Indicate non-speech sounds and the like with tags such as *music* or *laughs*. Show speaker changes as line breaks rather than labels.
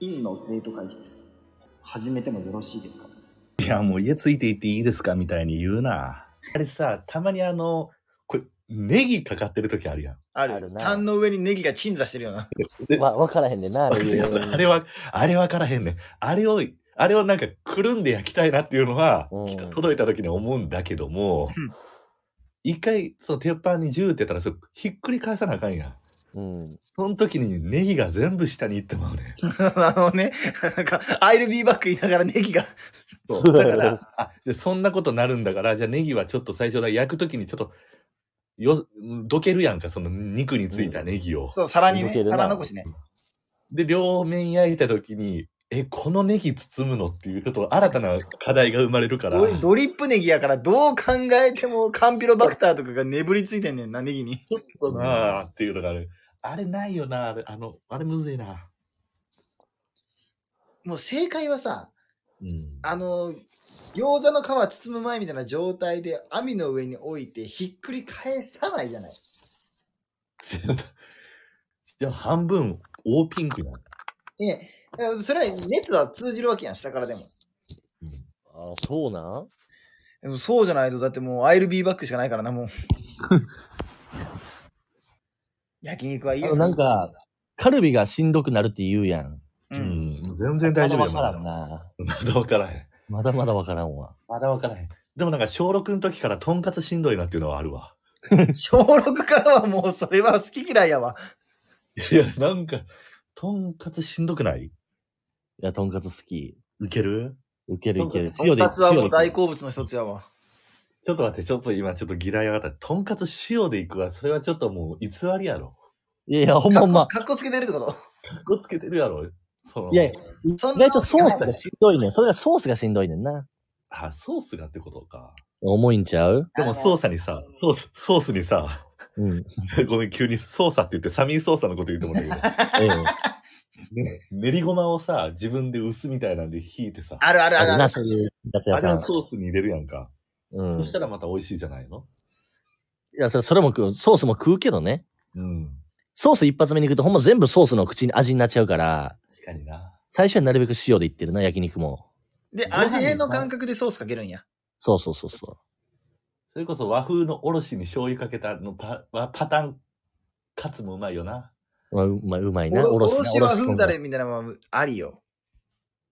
院の生徒会室始めてもよろしいですか
いや、もう家ついて行っていいですかみたいに言うな。あれさ、たまにあの、これ、ネギかかってる時あるやん。
あ
あ
る。
るな
痰の上にネギが鎮座してるような。 *laughs*
*laughs* まあ、わからへんねんな、
*laughs*
あ
あ
れ
れあれは、あれわからへんねん。あれを、あれをなんかくるんで焼きたいなっていうのは、
うん
来た届いた時に思うんだけども
うん、
一回、その鉄板に銃ってやったら、それひっくり返さなあかんやん。
うん。
その時にネギが全部下に行ってまうねん。
あのね、 *laughs* なんか、アイルビーバック言いながらネギが。
そうだから、あでそんなことなるんだから、じゃあネギはちょっと最初だ焼くときにちょっと、よ、どけるやんか、その肉についたネギを。
そう、皿に
にね
ね、皿
皿
残
残
しね。
で、両面焼いたときに、え、このネギ包むのっていう、ちょっと新たな課題が生まれるから、
俺
ち
ドリップネギやから、どう考えてもカンピロバクターとかが眠りついてんねんな、ネギに。
ょっとなあっていうのがある。あれないよな、あれ、あの、あれむずいな。
もう正解はさ、
うん。
あの、餃子の皮包む前みたいな状態で網の上に置いてひっくり返さないじゃない。
*laughs* じゃあ半分、大ピンクなの。
ええ、それは熱は通じるわけやん、下からでも。
あ、そうなん
でもそうじゃないと、だってもうアイルビーバックしかないからな、もう。
*laughs*
焼肉はいい
あ
よ
のなん、か、カルビがしんどくなるって言うやん。
う。
うんん。全然大丈夫や
まだわからん
まだ
な。
*laughs* まだわからへん。
まだまだわからんわ。
まだわからへん。でもなんか小6の時からとんかつしんどいなっていうのはあるわ。
小6からはもうそれは好き嫌いやわ。
いや、なんか、とんかつしんどくない
いや、とんかつ好き。
いける
ウケるいける。
とんかつはもう大
塩で
好物の一つやわ。
ちょっと待って、ちょっと今ちょっと議題上がった。とんかつ塩でいくわ。それはちょっともう偽りやろ。
いやいや、ほんまほんま。
かっこかっこつけてるってこと
かっこつけてるやろ。その
いやいや、意
そんな
外とソースがしんどいねん。それがソースがしんどいねんな。
あ、ソースがってことか。
重いんちゃう
でもソースにさ、ソース、ソースにさ、 *laughs*
*laughs*
うん。
ごめん、急にソーサって言って、サミーソーサのこと言ってもらった
*laughs*
け
ええ。
ど、ね練りごまをさ、自分で薄みたいなんで引いてさ、
あるある
あ
ある
る
あ
な、
る。
そういうやつ
あ
屋
れ
さ
を
ん。
ソースに入れるやんか。
うん。
そし
い
たらまた美味しいじゃないの
や、それそれも食う、ソースも食うけどね。
うん。
ソース一発目に行くとほんま全部ソースの口に味になっちゃうから、
確かにな。
最初になるべく塩でいってるな、焼肉も。
で、味変の感覚でソースかけるんや。
そうそうそうそ
それこそ和風のおろしに醤油かけたのパパパターンカツもうまいよな。
う。まあ、うまいうまい
お
な、
ろおろし
な
和風だれみたいなのもありよ。